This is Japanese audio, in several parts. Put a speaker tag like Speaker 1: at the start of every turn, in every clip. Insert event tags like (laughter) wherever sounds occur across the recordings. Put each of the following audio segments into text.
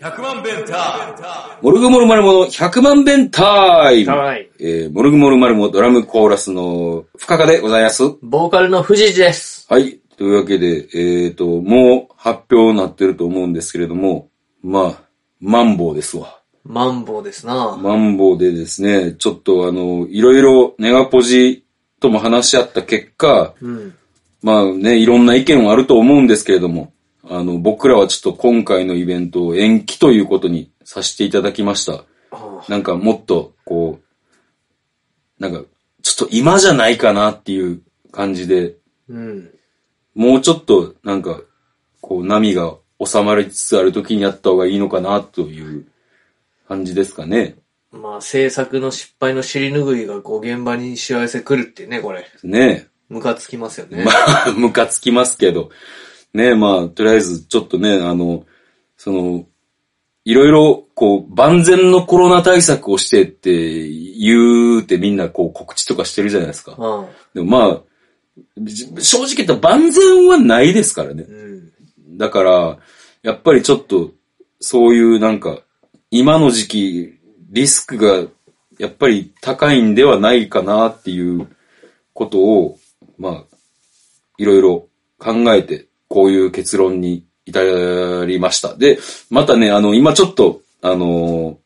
Speaker 1: 100万弁タ
Speaker 2: モルグモルマルモの100万弁タイム
Speaker 3: はい。
Speaker 2: えー、モルグモルマルモドラムコーラスの深川でございます。
Speaker 3: ボーカルの藤井です。
Speaker 2: はい。というわけで、えーと、もう発表になってると思うんですけれども、まあ、マンボウですわ。
Speaker 3: マンボウですな。
Speaker 2: マンボウでですね、ちょっとあの、いろいろネガポジとも話し合った結果、
Speaker 3: うん。
Speaker 2: まあね、いろんな意見はあると思うんですけれども、あの、僕らはちょっと今回のイベントを延期ということにさせていただきました。
Speaker 3: あ
Speaker 2: なんかもっと、こう、なんか、ちょっと今じゃないかなっていう感じで、
Speaker 3: うん。
Speaker 2: もうちょっと、なんか、こう、波が収まりつつある時にやった方がいいのかな、という感じですかね。
Speaker 3: まあ、制作の失敗の尻拭いがこう現場に幸せ来るってね、これ。
Speaker 2: ね (laughs)
Speaker 3: ムカつきますよね
Speaker 2: ま。あ、ムカつきますけど。ねまあ、とりあえず、ちょっとね、あの、その、いろいろ、こう、万全のコロナ対策をしてって言うってみんなこう告知とかしてるじゃないですか。
Speaker 3: うん。
Speaker 2: でもまあ、じ正直言ったら万全はないですからね。
Speaker 3: うん。
Speaker 2: だから、やっぱりちょっと、そういうなんか、今の時期、リスクが、やっぱり高いんではないかなっていうことを、まあ、いろいろ考えて、こういう結論に至りました。で、またね、あの、今ちょっと、あの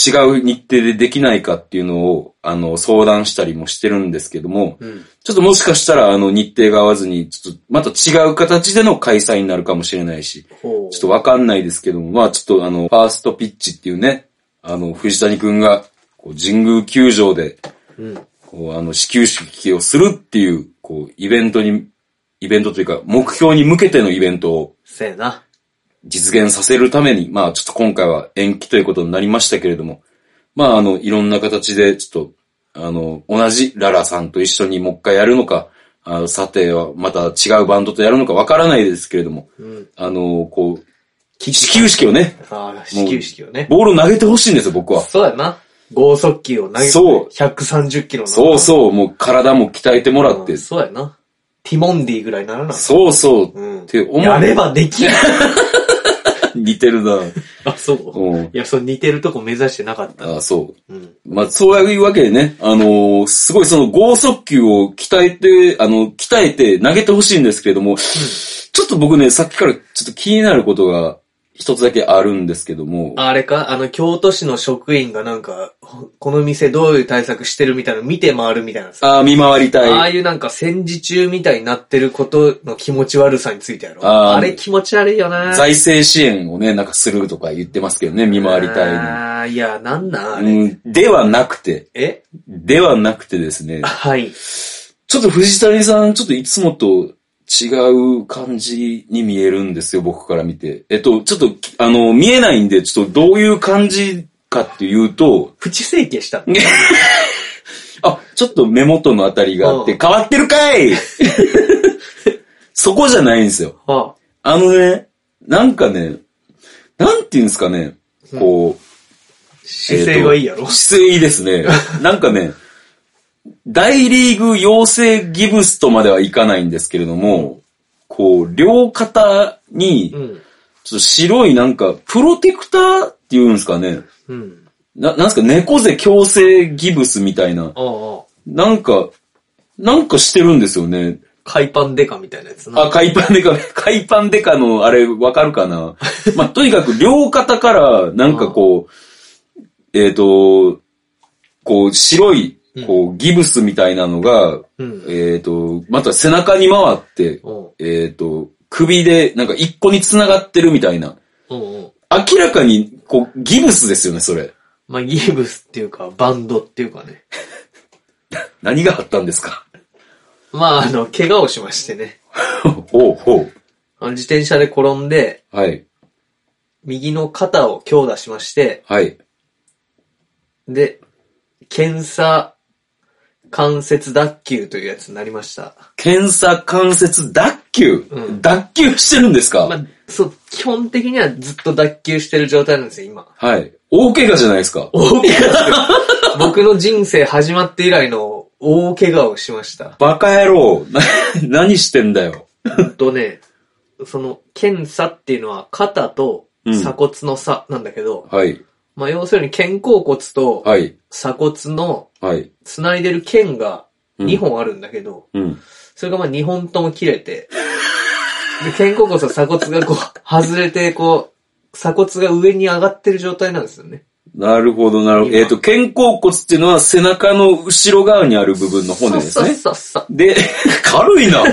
Speaker 2: 違う日程でできないかっていうのを、あの、相談したりもしてるんですけども、
Speaker 3: うん。
Speaker 2: ちょっともしかしたら、あの、日程が合わずに、ちょっと、また違う形での開催になるかもしれないし、
Speaker 3: ほう。
Speaker 2: ちょっとわかんないですけども、まあちょっとあの、ファーストピッチっていうね、あの、藤谷くんが、こう、神宮球場で、
Speaker 3: うん。
Speaker 2: こう、あの、始球式をするっていう、こう、イベントに、イベントというか、目標に向けてのイベントを
Speaker 3: せやな。
Speaker 2: 実現させるために、まあちょっと今回は延期ということになりましたけれども、まああの、いろんな形で、ちょっと、あの、同じララさんと一緒にもう一回やるのか、あのさてはまた違うバンドとやるのかわからないですけれども、
Speaker 3: うん。
Speaker 2: あの、こう、始球式をね、
Speaker 3: ああ、始球式をね。
Speaker 2: ボールを投げてほしいんですよ、僕は。
Speaker 3: そうやな。剛速球を投げて、
Speaker 2: そう
Speaker 3: 130キロの。
Speaker 2: そうそう、もう体も鍛えてもらって
Speaker 3: うん、そうやな。ティモンディぐらいならな。
Speaker 2: そうそう、
Speaker 3: うん
Speaker 2: って思う
Speaker 3: やればで
Speaker 2: (laughs)
Speaker 3: きる。
Speaker 2: 似てるな。
Speaker 3: あ、そう。
Speaker 2: うん。
Speaker 3: いや、そう似てるとこ目指してなかった。
Speaker 2: あそう。
Speaker 3: うん。
Speaker 2: まあ、そういうわけでね、あのーすごいその剛速球を鍛えて、あの、鍛えて投げてほしいんですけれども、ちょっと僕ね、さっきからちょっと気になることが一つだけあるんですけども、
Speaker 3: あれかあの、京都市の職員がなんか、ほこの店どういう対策してるみたいなの見て回るみたいなさ。
Speaker 2: ああ、見回り
Speaker 3: ああ
Speaker 2: たい。
Speaker 3: いうなんか戦時中みたいになってることの気持ち悪さについてやろ。
Speaker 2: あー
Speaker 3: あれ気持ち悪いよな。
Speaker 2: 財政支援をね、なんかするとか言ってますけどね、見回りた
Speaker 3: ああ、いや、なんなんあ
Speaker 2: い
Speaker 3: れ。
Speaker 2: の。うん、ではなくて、
Speaker 3: え
Speaker 2: ではなくてですね、
Speaker 3: はい。
Speaker 2: ちょっと藤谷さん、ちょっといつもと違う感じに見えるんですよ、僕から見て。えっと、ちょっと、あの、見えないんで、ちょっとどういう感じかっていうと、
Speaker 3: プチ整形したの。
Speaker 2: あ、ちょっと目元のあたりがあっ
Speaker 3: う
Speaker 2: て、
Speaker 3: ん
Speaker 2: 変わってるかい (laughs) そこじゃないんですよ。
Speaker 3: あ
Speaker 2: あのね、なんかね、なんていうんですかね、こう、
Speaker 3: 姿勢がいいや
Speaker 2: えー
Speaker 3: ろ
Speaker 2: と。姿勢いいです
Speaker 3: (laughs)
Speaker 2: ね。なんかね、大リーグ養成ギブスとまではいかないんですけれども、こう、両肩に
Speaker 3: う、ん。
Speaker 2: ちょっと白いなんか、プロテクターっていうんですかね。
Speaker 3: うん。
Speaker 2: な、なんすか、猫背矯正ギブスみたいな。
Speaker 3: ああ。
Speaker 2: なんか、なんかしてるんですよね。
Speaker 3: 海パンデカみたいなやつな。
Speaker 2: あ、海パン
Speaker 3: (laughs)
Speaker 2: デカ、海パンデカのあれわかるかなまあ、とにかく両肩から、なんかこう、えっ、と、こう、白い、こう、ギブスみたいなのが、
Speaker 3: うん
Speaker 2: えっ、と、また背中に回って、
Speaker 3: うん
Speaker 2: えっ、と、首で、なんか一個に繋がってるみたいな。
Speaker 3: うんうん。
Speaker 2: 明らかに、こう、ギブスですよね、それ。
Speaker 3: まあ、ギブスっていうか、バンドっていうかね。
Speaker 2: 何があったんですか (laughs)
Speaker 3: まあ、あの、怪我をしましてね。
Speaker 2: ほうほう。
Speaker 3: あの、自転車で転んで、
Speaker 2: はい。
Speaker 3: 右の肩を強打しまして、
Speaker 2: はい。
Speaker 3: で、検査関節脱臼というやつになりました。
Speaker 2: 検査関節脱臼、
Speaker 3: うん
Speaker 2: 脱臼してるんですか、
Speaker 3: まあ、そう、基本的にはずっと脱臼してる状態なんですよ、今。
Speaker 2: はい。大怪我じゃないですか。
Speaker 3: 大怪我僕の人生始まって以来の大怪我をしました。
Speaker 2: (laughs) バカ野郎。な何してんだよ。
Speaker 3: ほんとね、その、検査っていうのは肩と鎖骨の差なんだけど、
Speaker 2: はい。
Speaker 3: まあ要するに肩甲骨と
Speaker 2: はい。
Speaker 3: 鎖骨の
Speaker 2: はい。
Speaker 3: 繋いでる腱が
Speaker 2: うん
Speaker 3: 2本あるんだけど、
Speaker 2: うん。
Speaker 3: それがまあ2本とも切れて、で肩甲骨と鎖骨がこう、外れて、こう、鎖骨が上に上がってる状態なんですよね。
Speaker 2: なるほど、なるほど。
Speaker 3: 今
Speaker 2: えっ、と、肩甲骨っていうのは背中の後ろ側にある部分の骨ですね。
Speaker 3: そうそうそうそう。
Speaker 2: で、 (laughs) 軽
Speaker 3: (laughs)
Speaker 2: いな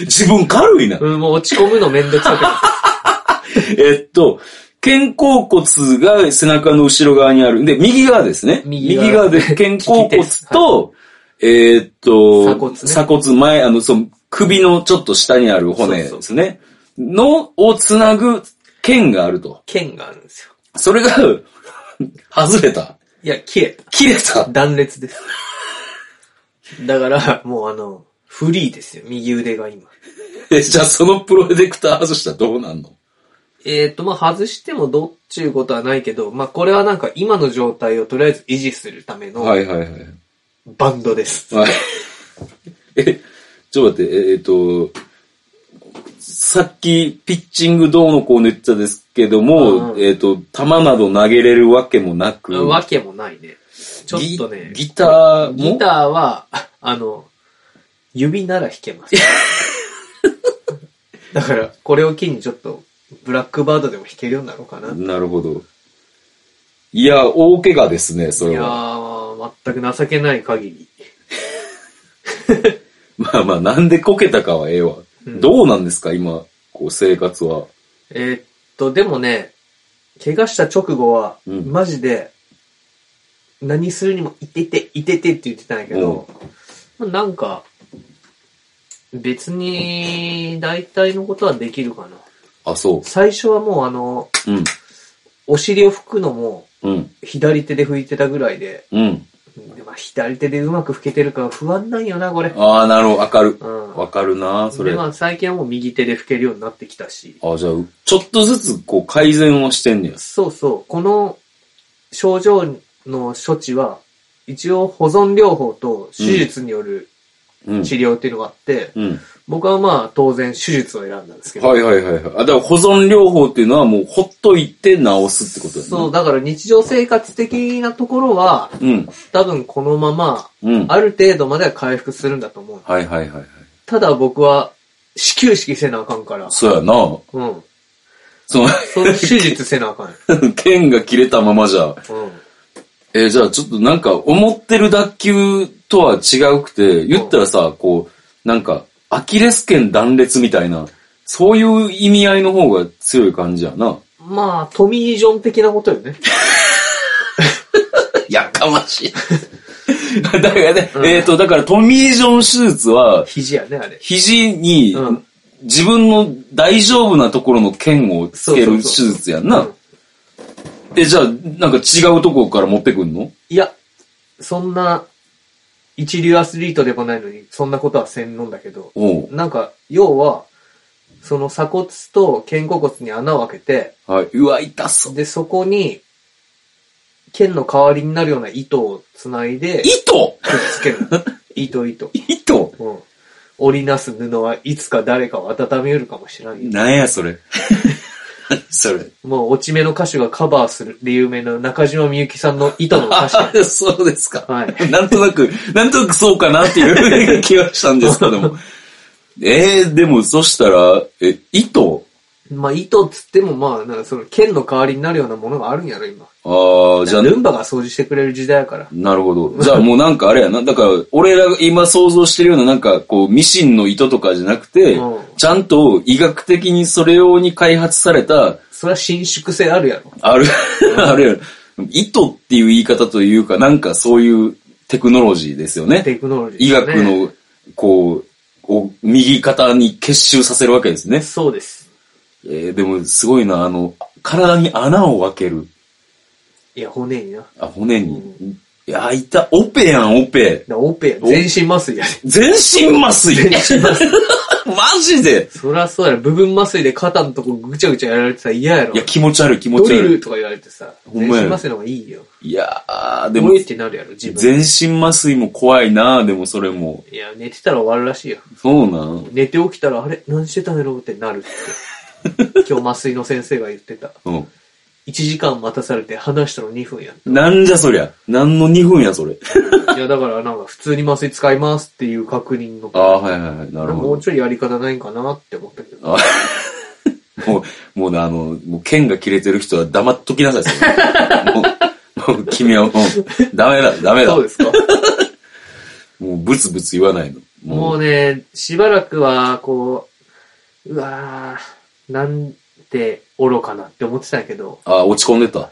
Speaker 2: 自分軽いな
Speaker 3: うん、もう落ち込むのめんどくさくなる。
Speaker 2: (laughs) えっと、肩甲骨が背中の後ろ側にある。で、右側ですね。
Speaker 3: 右
Speaker 2: 右 (laughs) 側
Speaker 3: 側
Speaker 2: で肩甲骨と、えーっと、
Speaker 3: 鎖骨ね
Speaker 2: 前、あの、その、首のちょっと下にある骨ですね。の、をつなぐ剣があると。
Speaker 3: 腱があるんですよ。
Speaker 2: それが、 (laughs) 外れた。
Speaker 3: いや、切れた。
Speaker 2: 切れた。
Speaker 3: 断裂です。だから、もうあの、フリーですよ、右腕が今。
Speaker 2: え、じゃあそのプロデクター外したらどうなんの
Speaker 3: えっ、と、まあ、外してもどっちゅうことはないけど、まあ、これはなんか今の状態をとりあえず維持するため
Speaker 2: は
Speaker 3: の
Speaker 2: いはいはい。
Speaker 3: バンドです。
Speaker 2: はい。え、ちょっと待って、ええっと、さっきピッチングどうのこうの言ってたですけども、
Speaker 3: うん
Speaker 2: えっと、球など投げれるわけもなく、
Speaker 3: わけもないね。ちょっ
Speaker 2: ギ
Speaker 3: とね、
Speaker 2: ギターも
Speaker 3: ギターは、あの、指なら弾けます。だから、これを機にちょっと、ブラックバードでも弾けるようになろうかな。い
Speaker 2: なるほど。いや、大怪我ですね、それ
Speaker 3: や
Speaker 2: は。
Speaker 3: ー、全く情けない限り。
Speaker 2: まあまあ、なんでこけたかはええわ。
Speaker 3: うん
Speaker 2: どうなんですか、今、こう、生活は。
Speaker 3: えーっと、でもね、怪我した直後は、
Speaker 2: うん
Speaker 3: マジで、何するにも、いてて、いててって言ってたんやけど、まあなんか、別に、大体のことはできるかな。
Speaker 2: あ、そ
Speaker 3: 最初はもうあの、
Speaker 2: う。うん、
Speaker 3: お尻を拭くのも、
Speaker 2: うん、
Speaker 3: 左手で拭いてたぐらいで、
Speaker 2: うん。
Speaker 3: でまあ、左手でうまく拭けてるから不安なんよな、これ。
Speaker 2: ああ、なるほど、わかる。
Speaker 3: うん
Speaker 2: わかるな、それ。
Speaker 3: で、まあ、最近はもう右手で拭けるようになってきたし、
Speaker 2: あ、じゃあ、ちょっとずつ、こう、改善はしてんねや。
Speaker 3: そうそう、この症状の処置は、一応保存療法と手術による
Speaker 2: うん。
Speaker 3: 治療っていうのがあって、
Speaker 2: うん。
Speaker 3: 僕はまあ当然手術を選んだんですけど、
Speaker 2: はいはいはいはい。あ、だから保存療法っていうのはもうほっといて治すってことだ
Speaker 3: そう、
Speaker 2: よね。
Speaker 3: だから日常生活的なところは、
Speaker 2: うん。
Speaker 3: 多分このまま、
Speaker 2: うん。
Speaker 3: ある程度までは回復するんだと思う。
Speaker 2: はいはいはいはい。
Speaker 3: ただ僕は、始球式せなあかんから、
Speaker 2: そうやな。
Speaker 3: うん。
Speaker 2: その、 (laughs)
Speaker 3: その手術せなあかんよ。
Speaker 2: 剣が切れたままじゃ。
Speaker 3: うん。
Speaker 2: えーじゃあちょっとなんか思ってる脱臼とは違うくて、言ったらさ、こう、なんか、アキレス腱断裂みたいな、そういう意味合いの方が強い感じやな。
Speaker 3: まあ、トミー・ジョン的なことよね。
Speaker 2: やかましい。 (laughs) だからね、えっ、と、だからトミー・ジョン手術は、
Speaker 3: (laughs) 肘やね、あれ。
Speaker 2: 肘に
Speaker 3: うん、
Speaker 2: 自分の大丈夫なところの剣をつける手術やん
Speaker 3: う。
Speaker 2: なんえ、じゃあ、なんか違うとこから持ってくんの
Speaker 3: いや、そんな、一流アスリートでもないのに、そんなことはせんのんだけど、
Speaker 2: おう
Speaker 3: なんか、要は、その鎖骨と肩甲骨に穴を開けて、
Speaker 2: はい。うわ、痛そう。
Speaker 3: で、そこに、剣の代わりになるような糸を繋いで、
Speaker 2: 糸
Speaker 3: くっつ (laughs) ける。糸糸。
Speaker 2: 糸
Speaker 3: うん。織りなす布はいつか誰かを温めうるかもしれない。
Speaker 2: なんや、そ
Speaker 3: (laughs)
Speaker 2: れ。それ。
Speaker 3: もう落ち目の歌手がカバーするで有名な中島みゆきさんの糸
Speaker 2: (laughs)
Speaker 3: の歌詞。
Speaker 2: あ、そうですか。
Speaker 3: はい
Speaker 2: なんとなく、なんとなくそうかなって
Speaker 3: (laughs)
Speaker 2: いう気はしたんですけども。えー、でも、そしたら、え、糸
Speaker 3: まあ糸っつってもまあ、なんかその剣の代わりになるようなものがあるんやろ、今。
Speaker 2: ああ、じゃあ、
Speaker 3: ルンバが掃除してくれる時代やから。
Speaker 2: なるほど。じゃあもうなんかあれやな。だから、俺らが今想像してるようななんかこう、ミシンの糸とかじゃなくて
Speaker 3: うん、
Speaker 2: ちゃんと医学的にそれ用に開発された、
Speaker 3: それは伸縮性あるやろ。
Speaker 2: ある、あれや糸っていう言い方というか、なんかそういうテクノロジーですよね。
Speaker 3: テクノロジー、ね。
Speaker 2: 医学。の、こう、を右肩に結集させるわけですね。
Speaker 3: そうです。
Speaker 2: えーでもすごいな、あの、体に穴を開ける。
Speaker 3: いや、骨にな。だか
Speaker 2: あ、骨に。いや、いた、オペやん、オペ。
Speaker 3: らオペや、
Speaker 2: お
Speaker 3: 全身麻酔やね。
Speaker 2: 全身麻酔
Speaker 3: 全身麻酔。
Speaker 2: (laughs) マジで
Speaker 3: そりゃそうやろ。部分麻酔で肩のとこぐちゃぐちゃやられてさ、嫌やろ。
Speaker 2: いや、気持ち悪い気持
Speaker 3: ド
Speaker 2: ち
Speaker 3: リ
Speaker 2: 悪
Speaker 3: ル
Speaker 2: い。
Speaker 3: とか言われてさ、
Speaker 2: ほん
Speaker 3: 全
Speaker 2: まや
Speaker 3: 身麻酔の方がいいよ。
Speaker 2: いやー、で
Speaker 3: で
Speaker 2: も
Speaker 3: も、、ってなるやろ、自分。
Speaker 2: 全身麻酔も怖いなでもそれも。
Speaker 3: いや、寝てたら終わるらしいよ。
Speaker 2: そうなん
Speaker 3: 寝て起きたら、あれ何してたんやろってなるって。今日麻酔の先生が言ってた。
Speaker 2: うん。
Speaker 3: 1時間待たされて話したの2分やん。
Speaker 2: なんじゃそりゃ。なんの2分や、
Speaker 3: (laughs)
Speaker 2: それ。
Speaker 3: いや、だからなんか普通に麻酔使いますっていう確認の。
Speaker 2: ああ、はいはいはい。なる
Speaker 3: も
Speaker 2: ほ
Speaker 3: う
Speaker 2: ど。
Speaker 3: ちょいやり方ないんかなって思ったけ
Speaker 2: あ
Speaker 3: ど。
Speaker 2: もう、もうね、あの、もう剣が切れてる人は黙っときなさい、それ
Speaker 3: (laughs)
Speaker 2: もう、もう君はもう、ダメだ、ダメだ
Speaker 3: そう。ですか。
Speaker 2: もうブツブツ言わないの。
Speaker 3: もうね、しばらくは、こう、うわーなんて愚かなって思ってたんやけど、
Speaker 2: ああ、落ち込んでた。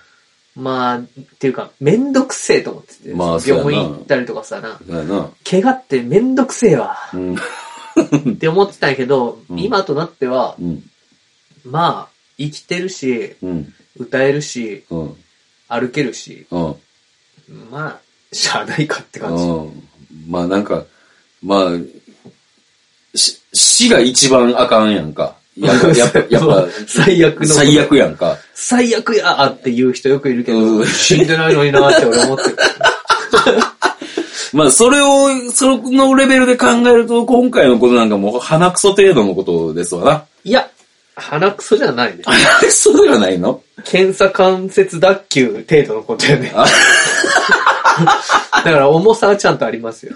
Speaker 3: まあ、っていうか、めんどくせえと思ってて、
Speaker 2: まあそうやな
Speaker 3: 病院行ったりとかさな、
Speaker 2: だよな。
Speaker 3: 怪我ってめんどくせえわ
Speaker 2: うん。
Speaker 3: って思ってたんやけど、
Speaker 2: うん
Speaker 3: 今となっては、
Speaker 2: うん。
Speaker 3: まあ、生きてるし、
Speaker 2: うん。
Speaker 3: 歌えるし、
Speaker 2: うん。
Speaker 3: 歩けるし、
Speaker 2: うん。
Speaker 3: まあ、しゃあないかって感じ。
Speaker 2: うん。まあなんか、まあ、し死が一番あかんやんか。やっぱ、やっぱ、やっぱ
Speaker 3: 最悪の
Speaker 2: 最悪やんか。
Speaker 3: 最悪やっていう人よくいるけ
Speaker 2: う
Speaker 3: ど、
Speaker 2: ん
Speaker 3: 死んでないのになって俺
Speaker 2: (laughs)
Speaker 3: 思ってる。
Speaker 2: まあそれを、そのレベルで考えると、今回のことなんかもう鼻くそ程度のことですわな。 (laughs)
Speaker 3: いや、鼻くそじゃないね。
Speaker 2: 鼻くそではないの
Speaker 3: 検査関節脱臼程度のことやね。
Speaker 2: あ
Speaker 3: だから重さはちゃんとありま
Speaker 2: (laughs)
Speaker 3: すよ。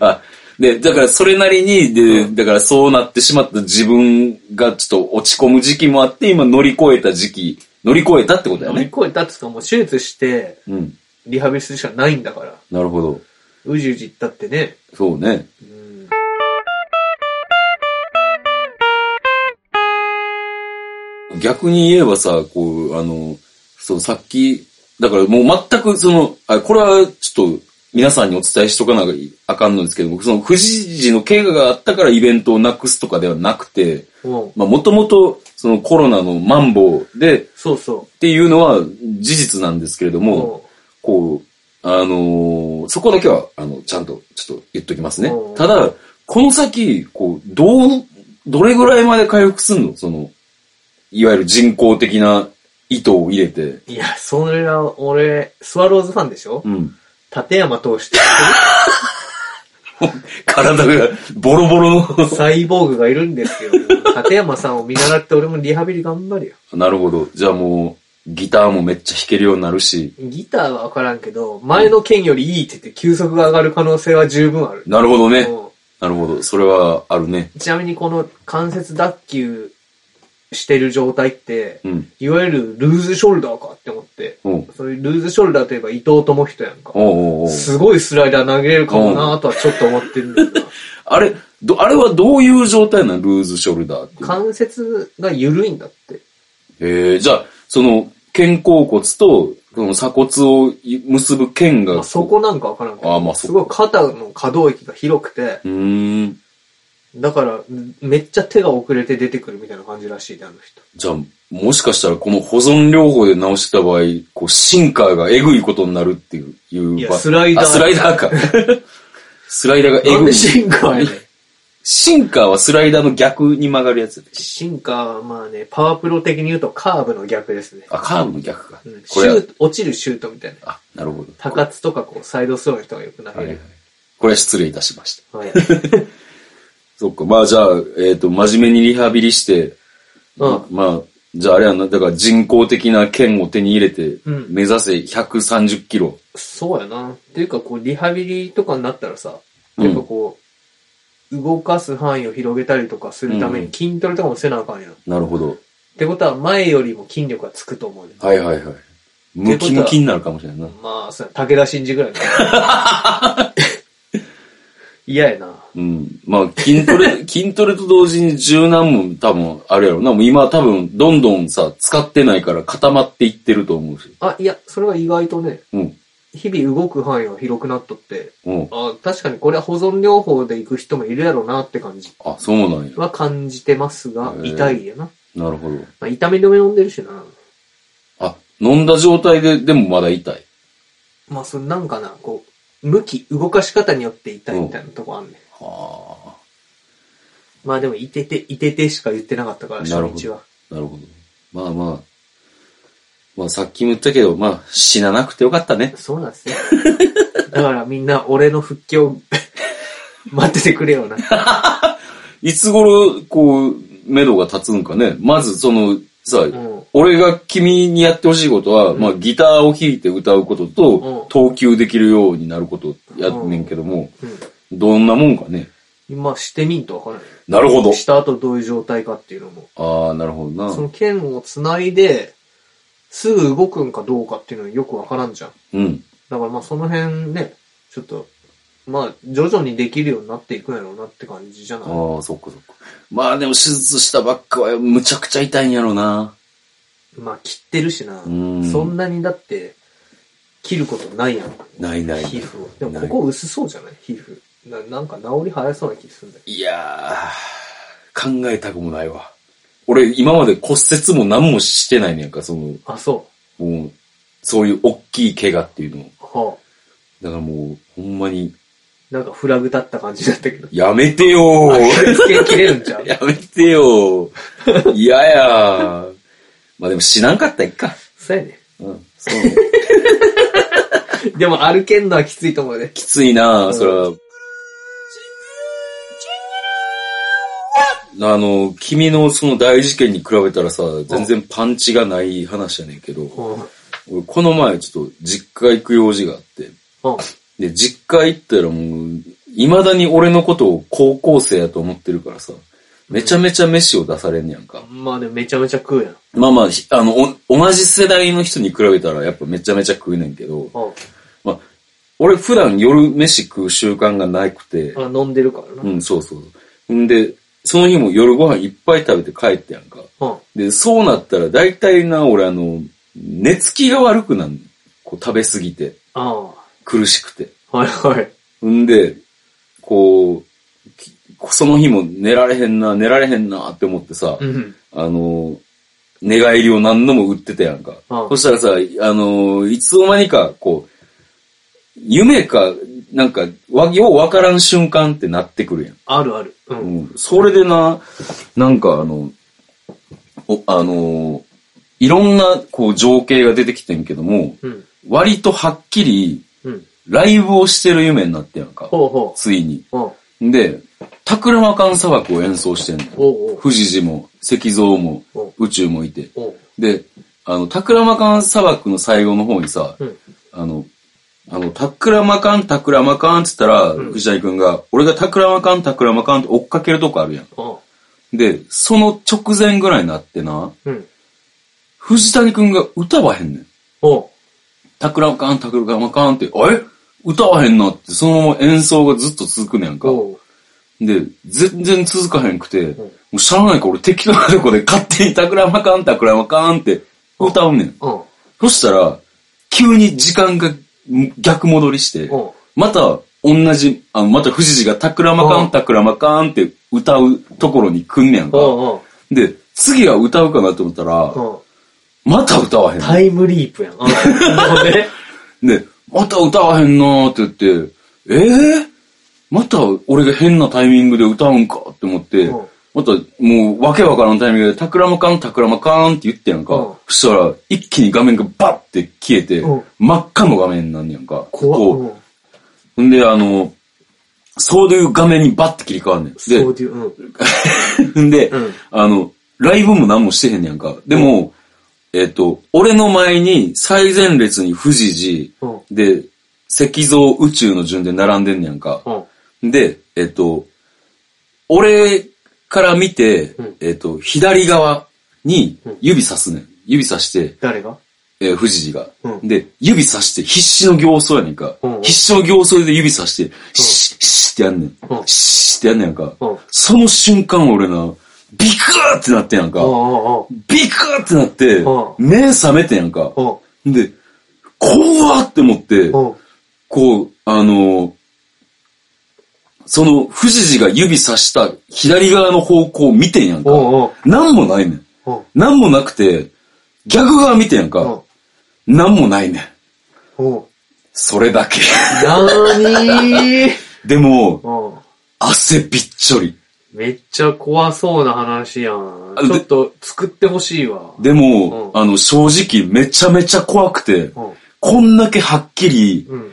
Speaker 2: あ、で、だからそれなりに、で、だからそうなってしまった自分がちょっと落ち込む時期もあって、今乗り越えた時期、乗り越えたってことだ
Speaker 3: 乗
Speaker 2: よ
Speaker 3: り
Speaker 2: ね。
Speaker 3: 越えたっつうかもう手術して
Speaker 2: うん。
Speaker 3: リハビリするしかないんだから。
Speaker 2: なるほど。
Speaker 3: うじうじ行ったってね。
Speaker 2: そうね。
Speaker 3: うん
Speaker 2: 逆に言えばさ、こう、あの、そう、さっき、だからもう全くその、あこれはちょっと皆さんにお伝えしとかなあかんのですけども、その藤士の怪我があったからイベントをなくすとかではなくて、
Speaker 3: もう、
Speaker 2: まあもともとそのコロナのマンボウでっ
Speaker 3: そうそ
Speaker 2: ていうのは事実なんですけれど
Speaker 3: う。
Speaker 2: も、
Speaker 3: も
Speaker 2: こう、あのーそこだけは、あの、ちゃんと、ちょっと言っときますね
Speaker 3: うん。
Speaker 2: ただ、この先、こう、どう、どれぐらいまで回復すんのその、いわゆる人工的な糸を入れて。
Speaker 3: ういや、それは俺、スワローズファンでしょ
Speaker 2: うん。
Speaker 3: 立山通して、
Speaker 2: 体がボロボロの。 (laughs)
Speaker 3: サイボーグがいるんですよ。立山さんを見習って俺もリハビリ頑張るよ。
Speaker 2: なるほど。じゃあもう、ギターもめっちゃ弾けるようになるし。
Speaker 3: ギターはわからんけど、前の剣よりいいって言って球速が上がる可能性は十分ある。
Speaker 2: なるほどね。
Speaker 3: も
Speaker 2: なるほど。それはあるね。
Speaker 3: うちなみにこの関節脱臼してる状態って、
Speaker 2: うん。
Speaker 3: いわゆるルーズショルダーかって思って、
Speaker 2: おう
Speaker 3: そういうルーズショルダーといえば伊藤智人やんか。
Speaker 2: おうおうおう
Speaker 3: すごいスライダー投げれるかもなとはちょっと思ってるんだけ
Speaker 2: (laughs)
Speaker 3: ど、
Speaker 2: あれ、ど、あれはどういう状態なのルーズショルダーっていうのは。
Speaker 3: 関節が緩いんだって。
Speaker 2: ええじゃあ、その、肩甲骨と、その鎖骨を結ぶ剣
Speaker 3: ま
Speaker 2: が。
Speaker 3: あ、そこなんかわからんけど、
Speaker 2: あまあそ
Speaker 3: す
Speaker 2: っか
Speaker 3: ごい肩の可動域が広くて、
Speaker 2: うーん。
Speaker 3: だからめっちゃ手が遅れて出てくるみたいな感じらしいで、あの人。
Speaker 2: じゃあ、もしかしたらこの保存療法で直してた場合、こう、シンカーがえぐいことになるっていう。いう
Speaker 3: いや
Speaker 2: ば
Speaker 3: スライダー
Speaker 2: あ、スライダー
Speaker 3: (laughs)
Speaker 2: か。スライダーがえ
Speaker 3: な
Speaker 2: ぐ
Speaker 3: んで
Speaker 2: い。
Speaker 3: シンカーやねん
Speaker 2: シンカーはスライダーの逆に曲がるやつやったっけ
Speaker 3: シンカーはまあね、パワープロ的に言うとカーブの逆ですね。
Speaker 2: あ、カーブの逆か。
Speaker 3: うんシ
Speaker 2: これ
Speaker 3: ュ
Speaker 2: は
Speaker 3: ー、ト、落ちるシュートみたいな。
Speaker 2: あ、なるほど。
Speaker 3: 高津とかこう、サイドスローの人がよく投
Speaker 2: は
Speaker 3: げ
Speaker 2: いはい
Speaker 3: る。。
Speaker 2: これは失礼いたしました。
Speaker 3: はい。
Speaker 2: (laughs) そっか、まあじゃあ、えっ、と、真面目にリハビリして、
Speaker 3: うん。
Speaker 2: まあ、じゃああれやな、だから人工的な剣を手に入れて、
Speaker 3: うん
Speaker 2: 目指せ130キロ。
Speaker 3: そうやな。っていうかこう、リハビリとかになったらさ、
Speaker 2: うん
Speaker 3: やっぱこう、動かす範囲を広げたりとかするため
Speaker 2: う
Speaker 3: に筋トレとかもせなあかんやん。っ
Speaker 2: なるほど。
Speaker 3: てことは前よりも筋力がつくと思うね。
Speaker 2: はいはいはい。ムキムキになるかもしれんないな。
Speaker 3: まあ、そうや武田真治ぐらいだ (laughs) 嫌やな。
Speaker 2: うん。まあ筋ト (laughs) レ、筋トレと同時に柔軟も多分あれやろな。もう今は多分どんどんさ、使ってないから固まっていってると思うし。
Speaker 3: あ、いや、それは意外とね、
Speaker 2: うん。
Speaker 3: 日々動く範囲は広くなっとって、
Speaker 2: うん。
Speaker 3: あ確かにこれは保存療法で行く人もいるやろうなって感じ
Speaker 2: あ、そうなんや。
Speaker 3: は感じてますが
Speaker 2: へ、ー
Speaker 3: 痛いやな。
Speaker 2: なるほど。
Speaker 3: まあ、痛み止め飲んでるしな。
Speaker 2: あ、飲んだ状態で、でもまだ痛い。
Speaker 3: まあ、それなんかな、こう、向き、動かし方によって痛いみたいなとこあんね。
Speaker 2: はあ。
Speaker 3: まあでも、いてて、いててしか言ってなかったから、
Speaker 2: な
Speaker 3: 初
Speaker 2: るほど
Speaker 3: 日は。
Speaker 2: なるほど。まあまあ。まあさっきも言ったけど、まあ死ななくてよかったね。
Speaker 3: そうなんですよ。 (laughs) だからみんな、俺の復帰を (laughs) 待っててくれよな。
Speaker 2: いつ頃、こう、目処が立つんかね。まずその、さ、
Speaker 3: うん。
Speaker 2: 俺が君にやってほしいことは、
Speaker 3: ん
Speaker 2: まあギターを弾いて歌うこと
Speaker 3: うん
Speaker 2: と、投球できるようになることやんねんけども、
Speaker 3: うん。
Speaker 2: どんなもんかね。
Speaker 3: 今、してみんとわからない。
Speaker 2: なるほど。
Speaker 3: した後どういう状態かっていうのも。
Speaker 2: ああ、なるほど
Speaker 3: そ
Speaker 2: な。
Speaker 3: の剣を繋いで、すぐ動くんかどうかっていうのよくわからんじゃん。
Speaker 2: うん。
Speaker 3: だからまあその辺ね、ちょっと、まあ徐々にできるようになっていくんやろうなって感じじゃない
Speaker 2: ああ、そっかそっか。まあでも手術したばっかはむちゃくちゃ痛いんやろな。
Speaker 3: まあ切ってるしな。そ
Speaker 2: うん
Speaker 3: んなにだって、切ることないやん。
Speaker 2: ないない。
Speaker 3: 皮膚を。でも
Speaker 2: な
Speaker 3: こ
Speaker 2: い
Speaker 3: こ薄そうじゃない皮膚。ななんか治り早そうな気するんだよ。
Speaker 2: いやー、考えたくもないわ。俺、今まで骨折も何もしてないねんか、その、
Speaker 3: あ、そ
Speaker 2: もう、そういう大きい怪我っていうのを。
Speaker 3: う。
Speaker 2: だ
Speaker 3: は
Speaker 2: からもう、ほんまに、
Speaker 3: あ、なんかフラグ立った感じだった
Speaker 2: (laughs)
Speaker 3: けど。
Speaker 2: やめてよ
Speaker 3: あ (laughs)
Speaker 2: ー
Speaker 3: つけ切れるんちゃう
Speaker 2: やめてよーいややーまあでも死なんかったらいっか。
Speaker 3: そうやね。
Speaker 2: うん、そうね。
Speaker 3: でも歩けんのはきついと思うね。
Speaker 2: きついな
Speaker 3: う
Speaker 2: あ
Speaker 3: ん
Speaker 2: それは。あの、君のその大事件に比べたらさ、全然パンチがない話やねんけど、
Speaker 3: うん。うん。
Speaker 2: 俺この前ちょっと実家行く用事があって、で、実家行ったらもう、未だに俺のことを高校生やと思ってるからさ、めちゃめちゃ飯を出されんねやんか。
Speaker 3: まあでもめちゃめちゃ食うやん。
Speaker 2: まあまあ、ひあの、お同じ世代の人に比べたらやっぱめちゃめちゃ食うねんけど、
Speaker 3: う
Speaker 2: まあ、俺普段夜飯食う習慣がなくて、
Speaker 3: ん。あ、飲んでるからな。
Speaker 2: うん、そうそう。んで、その日も夜ご飯いっぱい食べて帰ってやんか。
Speaker 3: うん。
Speaker 2: で、そうなったら大体な、俺あの、寝つきが悪くなんねんこう食べすぎて、
Speaker 3: あ
Speaker 2: 苦しくて。
Speaker 3: あ。はいはい。
Speaker 2: んで、こう、きその日も寝られへんな、寝られへんなって思ってさ、
Speaker 3: うん。
Speaker 2: あの、寝返りを何度も打ってたやんか。
Speaker 3: うん
Speaker 2: そしたらさ、あの、いつの間にか、こう、夢か、なんか、わようわからん瞬間ってなってくるやん。
Speaker 3: あるある。うん。
Speaker 2: うんそれでな、なんかあの、おあのーいろんなこう情景が出てきてんけども、
Speaker 3: うん。
Speaker 2: 割とはっきり
Speaker 3: うん。
Speaker 2: ライブをしてる夢になってやんか。
Speaker 3: ほうほ
Speaker 2: ついに。
Speaker 3: う。うん。
Speaker 2: で、タクラマカン砂漠を演奏してんの。
Speaker 3: おうおう。
Speaker 2: 富士寺も石像も
Speaker 3: お
Speaker 2: 宇宙もいて。
Speaker 3: おう。
Speaker 2: で、あの、タクラマカン砂漠の最後の方にさ、
Speaker 3: うん。
Speaker 2: あの、あの、タクラマカン、タクラマカンって言ったら、
Speaker 3: ん
Speaker 2: 藤谷くんが、俺がタクラマカン、タクラマカンって追っかけるとこあるやん。
Speaker 3: うん。
Speaker 2: で、その直前ぐらいになってな、
Speaker 3: うん。
Speaker 2: 藤谷くんが歌わへんねん。
Speaker 3: おう。
Speaker 2: タクラカン、タクラカンって、あれ歌わへんなって、そのまま演奏がずっと続くねやんか。
Speaker 3: おう。
Speaker 2: で、全然続かへんくて、
Speaker 3: ん
Speaker 2: もう知らないから俺適当なとこで勝手にタクラマカン、タクラマカンって歌うねん。
Speaker 3: うん。
Speaker 2: そしたら、急に時間が逆戻りして、
Speaker 3: おう。
Speaker 2: また同じ、あの、また藤次がタクラマカ
Speaker 3: うん
Speaker 2: ン、タクラマカンって歌うところに来んねやんか。
Speaker 3: おう
Speaker 2: で、次は歌うかなと思ったら、
Speaker 3: おう。うん。
Speaker 2: また歌わへん。
Speaker 3: タイムリープやん。うん。もう (laughs) ね。
Speaker 2: で、また歌わへんなーって言って、えー、また俺が変なタイミングで歌うんかって思って、
Speaker 3: うん
Speaker 2: またもうわけわからんタイミングで、タクラマカン、タクラマカンって言ってやんか。
Speaker 3: うん
Speaker 2: そしたら、一気に画面がバッて消えて、
Speaker 3: うん
Speaker 2: 真っ赤の画面になんねやんか。
Speaker 3: 怖っ。
Speaker 2: こ
Speaker 3: うん
Speaker 2: う。ほんで、あの、そういう画面にバッて切り替わんねん。
Speaker 3: そういう、う
Speaker 2: で、ん
Speaker 3: ん。
Speaker 2: で、
Speaker 3: うん
Speaker 2: あの、ライブも何もしてへんねやんか。でも、えっ、と、俺の前に最前列に富士寺、
Speaker 3: うん。
Speaker 2: で、石像宇宙の順で並んでんねやんか。
Speaker 3: うん。
Speaker 2: で、えっと、俺から見て
Speaker 3: ん、
Speaker 2: えっと、左側に指さすねん。指さして、
Speaker 3: 誰が
Speaker 2: えー、富士寺が。
Speaker 3: うん
Speaker 2: で、指さして必死の行走やねんか。
Speaker 3: うん
Speaker 2: 必死の行走で指さして、シッシッってやんねん。
Speaker 3: うん
Speaker 2: シッってやんねやんか。
Speaker 3: うん
Speaker 2: その瞬間俺な、ビクーってなってんやんか。
Speaker 3: おうおう
Speaker 2: ビクーってなって
Speaker 3: う、
Speaker 2: 目覚めてんやんか。
Speaker 3: おう。
Speaker 2: で、怖って思って、
Speaker 3: おう。
Speaker 2: こう、あのーその、富士寺が指さした左側の方向を見てんやんか。
Speaker 3: おうおう
Speaker 2: なんもないねん。
Speaker 3: おう。
Speaker 2: なんもなくて、逆側見てんやん
Speaker 3: お
Speaker 2: か
Speaker 3: う。。
Speaker 2: なんもないねん。
Speaker 3: おう。
Speaker 2: それだけ。 (laughs)
Speaker 3: なーにー
Speaker 2: でも、
Speaker 3: うん。
Speaker 2: 汗びっちょり。
Speaker 3: めっちゃ怖そうな話やん。
Speaker 2: あ
Speaker 3: ち
Speaker 2: で
Speaker 3: ょっと作ってほしいわ。
Speaker 2: でも、
Speaker 3: うん
Speaker 2: あの、正直めちゃめちゃ怖くて、
Speaker 3: うん
Speaker 2: こんだけはっきり
Speaker 3: うん。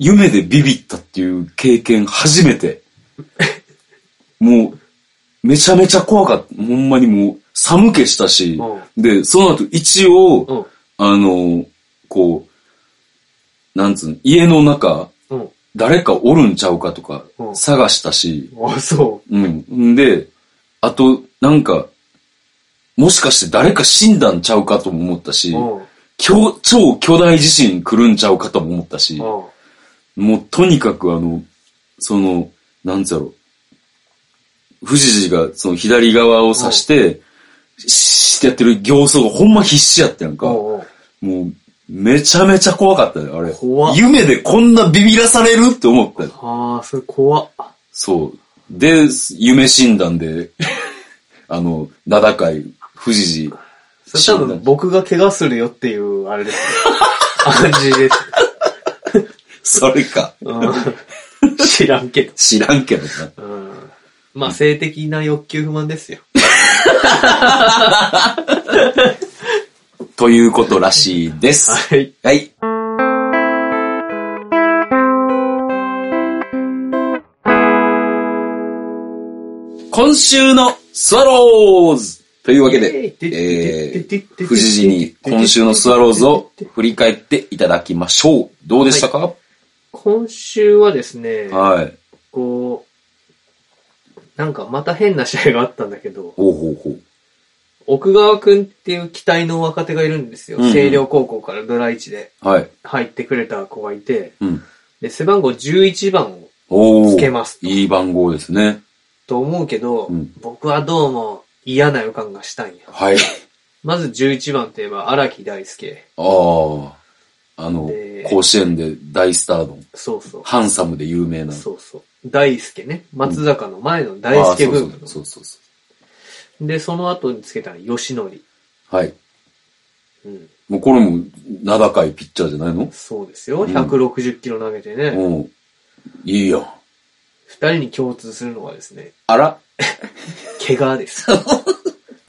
Speaker 2: 夢でビビったっていう経験初めて。もう、めちゃめちゃ怖かった。ほんまにもう、寒気したし、
Speaker 3: う
Speaker 2: で、その後一応、
Speaker 3: うん。
Speaker 2: あの、こう、なんつうの、家の中、
Speaker 3: うん。
Speaker 2: 誰かおるんちゃうかとか
Speaker 3: う、ん
Speaker 2: 探したし、
Speaker 3: あ、そ
Speaker 2: うん。んで、あと、なんか、もしかして誰か死んだんちゃうかとも思った
Speaker 3: う。
Speaker 2: し
Speaker 3: う、ん。うん。
Speaker 2: 巨超巨大地震来るんちゃうかとも思ったし、もうとにかくあの、その、なんつうやろ、富士寺がその左側を指して、しってやってる行走がほんま必死やったやんか。
Speaker 3: うんうん。
Speaker 2: もう、めちゃめちゃ怖かったよ、あれ。
Speaker 3: 怖っ
Speaker 2: 夢でこんなビビらされるって思ったよ。
Speaker 3: ああ、それ怖っ。
Speaker 2: そう。で、夢診断
Speaker 3: (laughs)
Speaker 2: で、あの、七回、富士寺。
Speaker 3: それ多分僕が怪我するよっていう、あれです。感じです。
Speaker 2: それか。
Speaker 3: うん。 (laughs) 知らんけど。
Speaker 2: 知らんけどな。
Speaker 3: うん。まあ、性的な欲求不満ですよ。
Speaker 2: ということらしいです。
Speaker 3: はい。
Speaker 2: はい。今週のスワローズというわけで、えー、富士寺に今週のスワローズを振り返っていただきましょう。どうでしたか、は
Speaker 3: 今週はですね、
Speaker 2: い、はい。
Speaker 3: こう、なんかまた変な試合があったんだけど、
Speaker 2: ほうほうほう。
Speaker 3: 奥川くんっていう期待の若手がいるんですよ。
Speaker 2: うんうん
Speaker 3: 星稜高校からドラ1で
Speaker 2: はい。
Speaker 3: 入ってくれた子がいて、
Speaker 2: うん。
Speaker 3: で、背番号11番を
Speaker 2: お
Speaker 3: つ
Speaker 2: お。
Speaker 3: けますと
Speaker 2: いい番号ですね。
Speaker 3: と思うけど、
Speaker 2: うん
Speaker 3: 僕はどうも嫌な予感がしたんや。 (laughs)
Speaker 2: はい。
Speaker 3: まず11番といえば荒木大輔。
Speaker 2: ああ。あの
Speaker 3: で、
Speaker 2: 甲子園で大スターの、
Speaker 3: そうそう。
Speaker 2: ハンサムで有名な。
Speaker 3: そうそう。大輔ね。松坂の前の大
Speaker 2: ああ
Speaker 3: 輔ブームの。
Speaker 2: そうそうそうそ
Speaker 3: で、その後につけたのは吉典。
Speaker 2: う。はい。
Speaker 3: うん。
Speaker 2: もうこれも、名高いピッチャーじゃないの
Speaker 3: そうですよ。
Speaker 2: うん
Speaker 3: 160キロ投げてね。
Speaker 2: うん。いいやん。
Speaker 3: 二、人に共通するのはですね、
Speaker 2: あら
Speaker 3: 怪我です。
Speaker 2: (laughs) は
Speaker 3: こ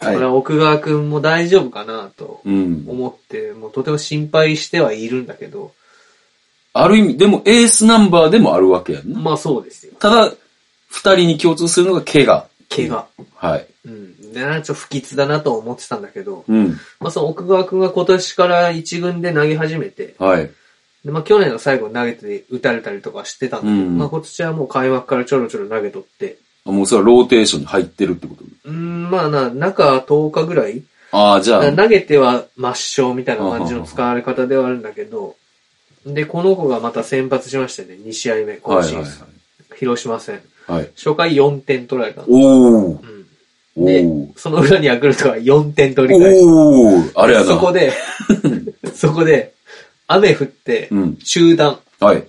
Speaker 3: れは奥川くんも大丈夫かなと
Speaker 2: うん。
Speaker 3: 思って、もうとても心配してはいるんだけど、
Speaker 2: ある意味、でもエースナンバーでもあるわけやんな。
Speaker 3: まあそうですよ。
Speaker 2: ただ、二人に共通するのが怪我。
Speaker 3: 怪我。
Speaker 2: はい。
Speaker 3: うん。で、なちょっと不吉だなと思ってたんだけど、
Speaker 2: うん。
Speaker 3: まあその奥川くんが今年から一軍で投げ始めて、
Speaker 2: はい。
Speaker 3: でまあ去年の最後に投げて打たれたりとかしてたんだけど、
Speaker 2: うん
Speaker 3: まあ今年はもう開幕からちょろちょろ投げとって、
Speaker 2: あもうそれはローテーションに入ってるってこと
Speaker 3: うん、まあな、中10日ぐらい
Speaker 2: ああ、じゃあ、
Speaker 3: 投げては抹消みたいな感じの使われ方ではあるんだけど、で、この子がまた先発しましたね、2試合目、今
Speaker 2: は
Speaker 3: シ
Speaker 2: い
Speaker 3: ーズン。
Speaker 2: はい
Speaker 3: 広島戦。
Speaker 2: はい。はい。
Speaker 3: 初回4点取られたの。
Speaker 2: おー。
Speaker 3: うん。
Speaker 2: お
Speaker 3: で
Speaker 2: ー。、
Speaker 3: その裏にヤクルトが4点取り返し
Speaker 2: おー。あれや
Speaker 3: た。
Speaker 2: な。
Speaker 3: そ
Speaker 2: (laughs)
Speaker 3: こで、そこで、雨降って
Speaker 2: うん、
Speaker 3: 中断。
Speaker 2: はい。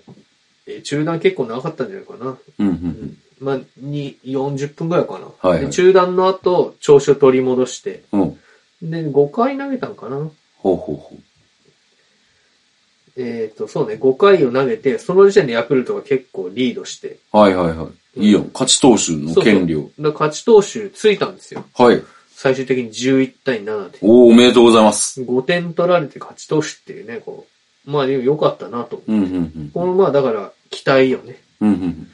Speaker 3: えー中断結構長かったんじゃないかな。
Speaker 2: うんう
Speaker 3: うんん。まあ、に、40分ぐらいかな。
Speaker 2: はいはい
Speaker 3: で中断の後、調子を取り戻して、
Speaker 2: うん。うん。
Speaker 3: で、5回投げたんかな。
Speaker 2: ほうほうほ
Speaker 3: えっ、と、そうね、5回を投げて、その時点でヤクルトが結構リードして、
Speaker 2: う。はいはいはい。いいやん。勝ち投手の権利を。
Speaker 3: だから勝ち投手ついたんですよ。
Speaker 2: はい。
Speaker 3: 最終的に11対7で。
Speaker 2: おー、おめでとうございます。
Speaker 3: 5点取られて勝ち投手っていうね、こう。まあ、でも良かったなと。
Speaker 2: うんうんうん。
Speaker 3: この、まあ、だから、期待よね。
Speaker 2: うんうんうん。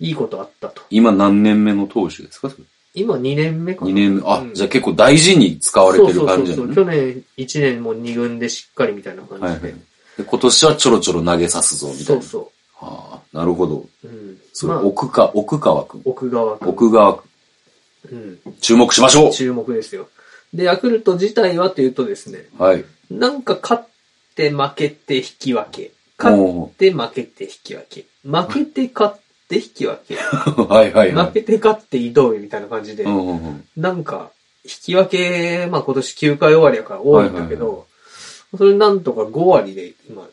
Speaker 3: いいことあったと。
Speaker 2: 今何年目の投手ですかそれ
Speaker 3: 今2年目かな。
Speaker 2: 二年目。あ、
Speaker 3: うん
Speaker 2: じゃあ結構大事に使われてる感じ
Speaker 3: そう
Speaker 2: な
Speaker 3: そ
Speaker 2: の
Speaker 3: うそ
Speaker 2: ね。
Speaker 3: うそう。去年1年も2軍でしっかりみたいな感じで。
Speaker 2: はいはい。で今年はちょろちょろ投げさすぞ、みたい
Speaker 3: そ
Speaker 2: な。
Speaker 3: うそ
Speaker 2: ああ、なるほど。
Speaker 3: う。うん。
Speaker 2: それ、
Speaker 3: まあ、
Speaker 2: 奥か、奥川くん。
Speaker 3: 奥川君。
Speaker 2: 奥川くん。
Speaker 3: うん。
Speaker 2: 注目しましょ
Speaker 3: 注目ですよ。で、ヤクルト自体はというとですね、
Speaker 2: うはい。 (laughs)
Speaker 3: なんか勝って負けて引き分け。勝
Speaker 2: お
Speaker 3: って負けて引き分け。負けて勝って引き分け。
Speaker 2: ーはいはいは
Speaker 3: 負
Speaker 2: い。
Speaker 3: けて勝って移動みたいな感じで
Speaker 2: う、んうんうん。
Speaker 3: なんか、引き分け、まあ今年9回終わりやから多いんだ
Speaker 2: は
Speaker 3: け
Speaker 2: い
Speaker 3: ど、それなんとか5割で、今、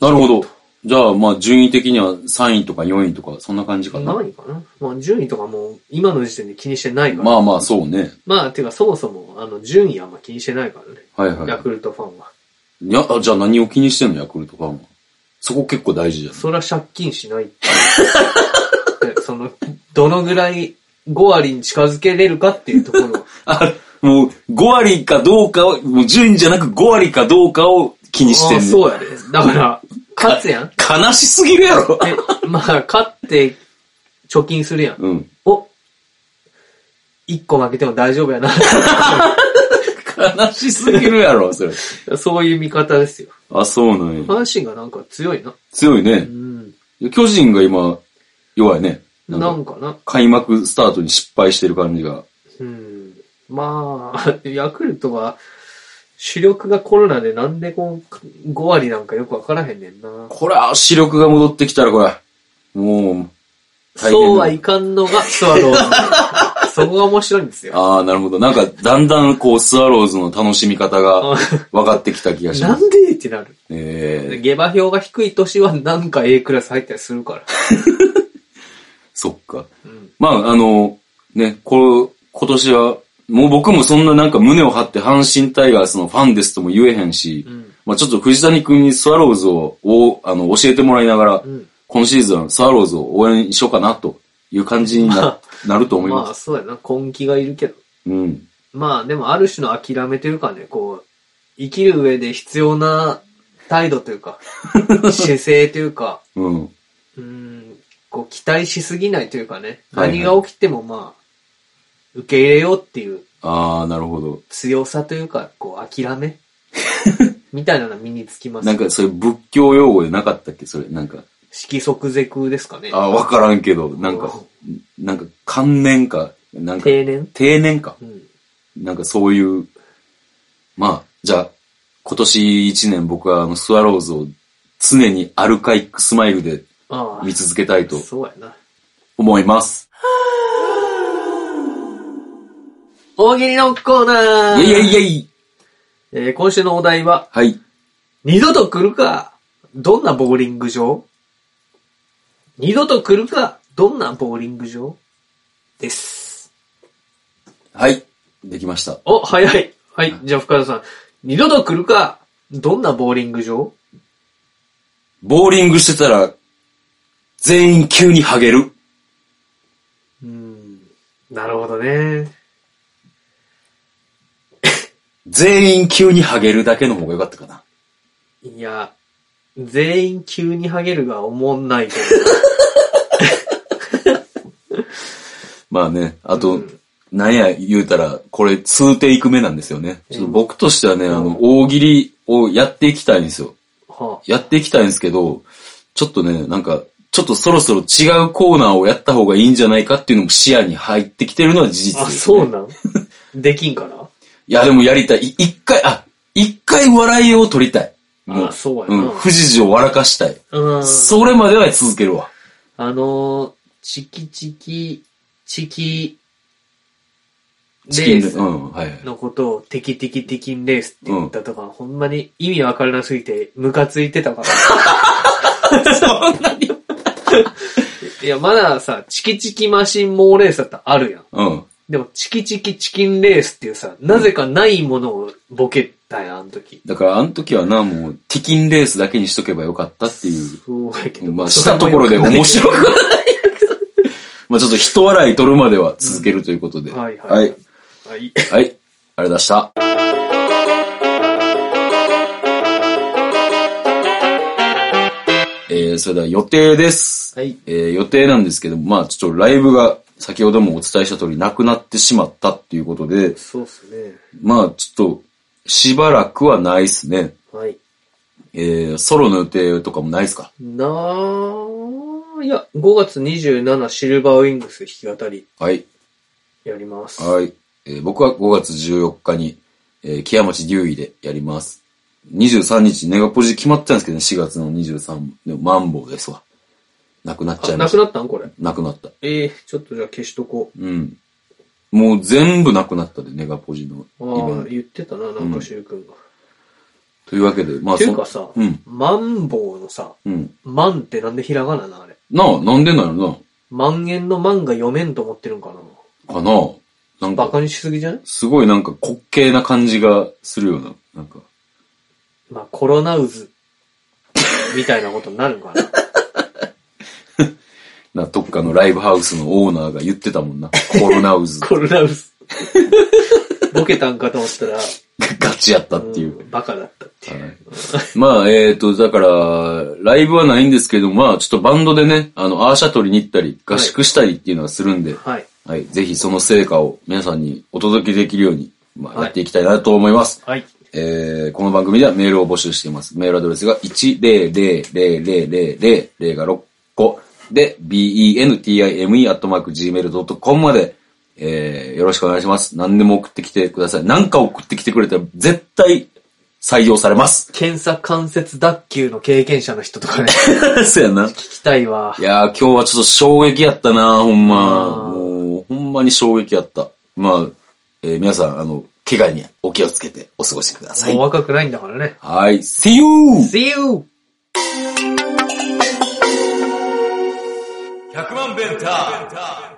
Speaker 2: なるほど。じゃあ、まあ、順位的には3位とか4位とか、そんな感じかな。
Speaker 3: 何位かなまあ順位とかもう今の時点で気にしてないから。
Speaker 2: まあまあ、そうね。
Speaker 3: まあ、てかそもそも、あの、順位あんま気にしてないからね。
Speaker 2: はいはい。
Speaker 3: ヤクルトファンは。
Speaker 2: いや、あじゃあ何を気にしてんの、ヤクルトファンは。そこ結構大事じゃん。
Speaker 3: (laughs) そりゃ借金しないっていうでその、どのぐらい5割に近づけれるかっていうとこ (laughs) ろ。
Speaker 2: あ、もう5割かどうかを、もう順位じゃなく5割かどうかを気にして
Speaker 3: あ
Speaker 2: ん
Speaker 3: ー
Speaker 2: の。
Speaker 3: そうやで。だから、勝つ (laughs) やん。
Speaker 2: 悲しすぎるやろ。
Speaker 3: え、まあ、勝って、貯金するやん。
Speaker 2: うん。
Speaker 3: お、1個負けても大丈夫やな。
Speaker 2: 悲しすぎるやろ、それ。
Speaker 3: (laughs) そういう見方ですよ。
Speaker 2: あ、そうなんや。
Speaker 3: 阪神がなんか強いな。
Speaker 2: 強いうね。
Speaker 3: ん。
Speaker 2: 巨人が今、弱いね。なん
Speaker 3: な
Speaker 2: か
Speaker 3: んかな。
Speaker 2: 開幕スタートに失敗してる感じが。
Speaker 3: うん。まあ、 (laughs) ヤクルトは、主力がコロナでなんでこう、5割なんかよくわからへんねんな。
Speaker 2: これは視力が戻ってきたら、これ。もう、大変だ
Speaker 3: そうはいかん
Speaker 2: (laughs)
Speaker 3: のがスワローズ。そこが面白いんですよ。
Speaker 2: ああ、なるほど。なんか、だんだん、こう、スワローズの楽しみ方が分かってきた気がし
Speaker 3: な
Speaker 2: ます。
Speaker 3: んでってなる。
Speaker 2: ええ
Speaker 3: 下馬評が低い年はなんか A クラス入ったりするから。
Speaker 2: そっか。
Speaker 3: うん。
Speaker 2: まあ、あの、ね、こう今年は、もう僕もそんななんか胸を張って阪神タイガースのファンですとも言えへんし、
Speaker 3: うん。
Speaker 2: まあちょっと藤谷君にスワローズを、をあの、教えてもらいながら、
Speaker 3: うん。
Speaker 2: 今シーズンスワローズを応援しようかなという感じにな,、
Speaker 3: ま
Speaker 2: なると思いま。
Speaker 3: ますあ、そうやな。根気がいるけど。
Speaker 2: うん。
Speaker 3: まあ、でもある種の諦めというかね、こう、生きる上で必要な態度とい
Speaker 2: (laughs)
Speaker 3: うか、姿勢というか、
Speaker 2: うん。
Speaker 3: うーん、こう、期待しすぎないというかね、
Speaker 2: はいはい
Speaker 3: 何が起きてもまあ、受け入れようっていう
Speaker 2: ああ、なるほど。
Speaker 3: 強さというか、こう、
Speaker 2: (laughs)
Speaker 3: 諦めみたいなのは身につきます。
Speaker 2: なんか、それ仏教用語でなかったっけそれ、なんか。
Speaker 3: 色即是空ですかね。
Speaker 2: あ、わからんけど、なんか、なんか、観念か、なんか、
Speaker 3: 定年
Speaker 2: 定年か。
Speaker 3: うん。
Speaker 2: なんかそういう、まあ、じゃあ、今年一年僕はあの、スワローズを常にアルカイックスマイルで
Speaker 3: あ
Speaker 2: 見続けたい
Speaker 3: あ、
Speaker 2: と
Speaker 3: そうやな。
Speaker 2: 思います。
Speaker 3: 大喜利のコーナ
Speaker 2: イェ
Speaker 3: ー
Speaker 2: イイェイイェイ
Speaker 3: えー今週のお題は、
Speaker 2: はい。
Speaker 3: 二度と来るか、どんなボーリング場二度と来るか、どんなボーリング場です。
Speaker 2: はい。できました。
Speaker 3: お、早い。はい、じゃあ深田さん。二度と来るか、どんなボーリング場
Speaker 2: ボーリングしてたら、全員急にハゲる。
Speaker 3: うーん。なるほどね。
Speaker 2: 全員急にハゲるだけの方が良かったかな。
Speaker 3: いや、全員急にハゲるが思んないけ
Speaker 2: まあね、あ
Speaker 3: う
Speaker 2: と
Speaker 3: ん、
Speaker 2: なんや言うたら、これ2テイク目なんですよね。ちょっと僕としてはね、あの、大喜利をやっていきたいんですよ。
Speaker 3: (laughs) ど。は
Speaker 2: やっていきたいんですけど、ちょっとね、なんか、ちょっとそろそろ違うコーナーをやった方がいいんじゃないかっていうのも視野に入ってきてるのは事実で
Speaker 3: あ、あ、
Speaker 2: す、ね。
Speaker 3: そうなんできんかない
Speaker 2: や、でもやりたい。い一回、あ、一回笑いを取りたい。も
Speaker 3: あそうや
Speaker 2: う。
Speaker 3: なん
Speaker 2: 不時を笑かしたい。
Speaker 3: うん。
Speaker 2: それまでは続けるわ。
Speaker 3: あのー、チキチキ、チキ、
Speaker 2: チキ
Speaker 3: レ
Speaker 2: ン
Speaker 3: ー
Speaker 2: で。
Speaker 3: ス
Speaker 2: うん、はいはい。
Speaker 3: のことをテキテキテキンレースって言ったとか、ほんまに意味わからなすぎてムカついてたから。 (laughs)
Speaker 2: そんなに
Speaker 3: いや、まださ、チキチキマシンモーレースだったらあるやん。
Speaker 2: うん。
Speaker 3: でも、チキチキチキンレースっていうさ、なぜかないものをボケたやん、あの時。
Speaker 2: だから、あの時はな、もう、ティキンレースだけにしとけばよかったっていう。
Speaker 3: そうやけど。
Speaker 2: まあ、したところで面白くない。まあ、ちょっと人笑い取るまでは続けるということで。
Speaker 3: はいは
Speaker 2: は
Speaker 3: い。
Speaker 2: い。
Speaker 3: はい。
Speaker 2: はい。ありがとうございました。えー、それでは予定です。
Speaker 3: はい
Speaker 2: えー、予定なんですけども、まあちょっとライブが先ほどもお伝えした通りなくなってしまったっていうことで、
Speaker 3: そうっすね。
Speaker 2: まあちょっとしばらくはないですね。
Speaker 3: はい。
Speaker 2: えー、ソロの予定とかもないですか
Speaker 3: なー、いや、5月27シルバーウィングス弾き語り
Speaker 2: はい。
Speaker 3: やります。
Speaker 2: はい。えー僕は5月14日に、えー、木屋町竜医でやります。23日、ネガポジ決まってたんですけどね、4月の23、でもマンボウですわ。なくなっちゃ
Speaker 3: あ、
Speaker 2: いま
Speaker 3: な
Speaker 2: し
Speaker 3: く
Speaker 2: た。
Speaker 3: なったんこれ。
Speaker 2: なくなった。
Speaker 3: ええちょっとじゃあ消しとこ
Speaker 2: うん。もう全部なくなったで、ネガポジの
Speaker 3: う。ああ
Speaker 2: イ、ベン
Speaker 3: 言ってたな、なんかしゅうくんが。
Speaker 2: ト。というわけで、まあ、
Speaker 3: ていう
Speaker 2: そ
Speaker 3: かさ、
Speaker 2: うん。
Speaker 3: マンボウのさ、
Speaker 2: うん。
Speaker 3: マンってなんでひらがなな、あれ。
Speaker 2: なあ、なんでなんやろ
Speaker 3: 万円の万が読めんと思ってるんか
Speaker 2: な。かななん
Speaker 3: な。バ
Speaker 2: か、
Speaker 3: カにしすぎじゃない
Speaker 2: すごいなんか滑稽な感じがするような、なんか。
Speaker 3: まあ、コロ (laughs) ナウズ、みたいなことになるんかな。
Speaker 2: な、どっかのライブハウスのオーナーが言ってた
Speaker 3: (laughs)
Speaker 2: もんな。コロナウズ。
Speaker 3: コロナウス。ボケたんかと思ったら、
Speaker 2: ガチやったっていう。
Speaker 3: うんバカだったっていう。
Speaker 2: はいまあ、えっ、と、だから、ライブはないんですけど、まあ、ちょっとバンドでね、あの、アーシャ取りに行ったり、合宿したりっていうのはするんで、
Speaker 3: はい。
Speaker 2: はい、ぜひその成果を皆さんにお届けできるように、まあ、
Speaker 3: はい
Speaker 2: やっていきたいなと思います。
Speaker 3: はい。
Speaker 2: えーこの番組ではメールを募集しています。メールアドレスが1000000が6個で bentime.gmail.com まで、えーよろしくお願いします。何でも送ってきてください。何か送ってきてくれたら絶対採用されます。
Speaker 3: 検査関節脱臼の経験者の人と (laughs) かね、
Speaker 2: (laughs) そうやな。い
Speaker 3: 聞きたいわ。
Speaker 2: やー今日はちょっと衝撃やったなほんま。
Speaker 3: あー
Speaker 2: もう、ほんまに衝撃やった。まあ、えー皆さん、あの、怪我にお気をつけてお過ごしください
Speaker 3: もう。若くないんだからね。
Speaker 2: はい、See you!
Speaker 3: See you!
Speaker 1: 100万ベンター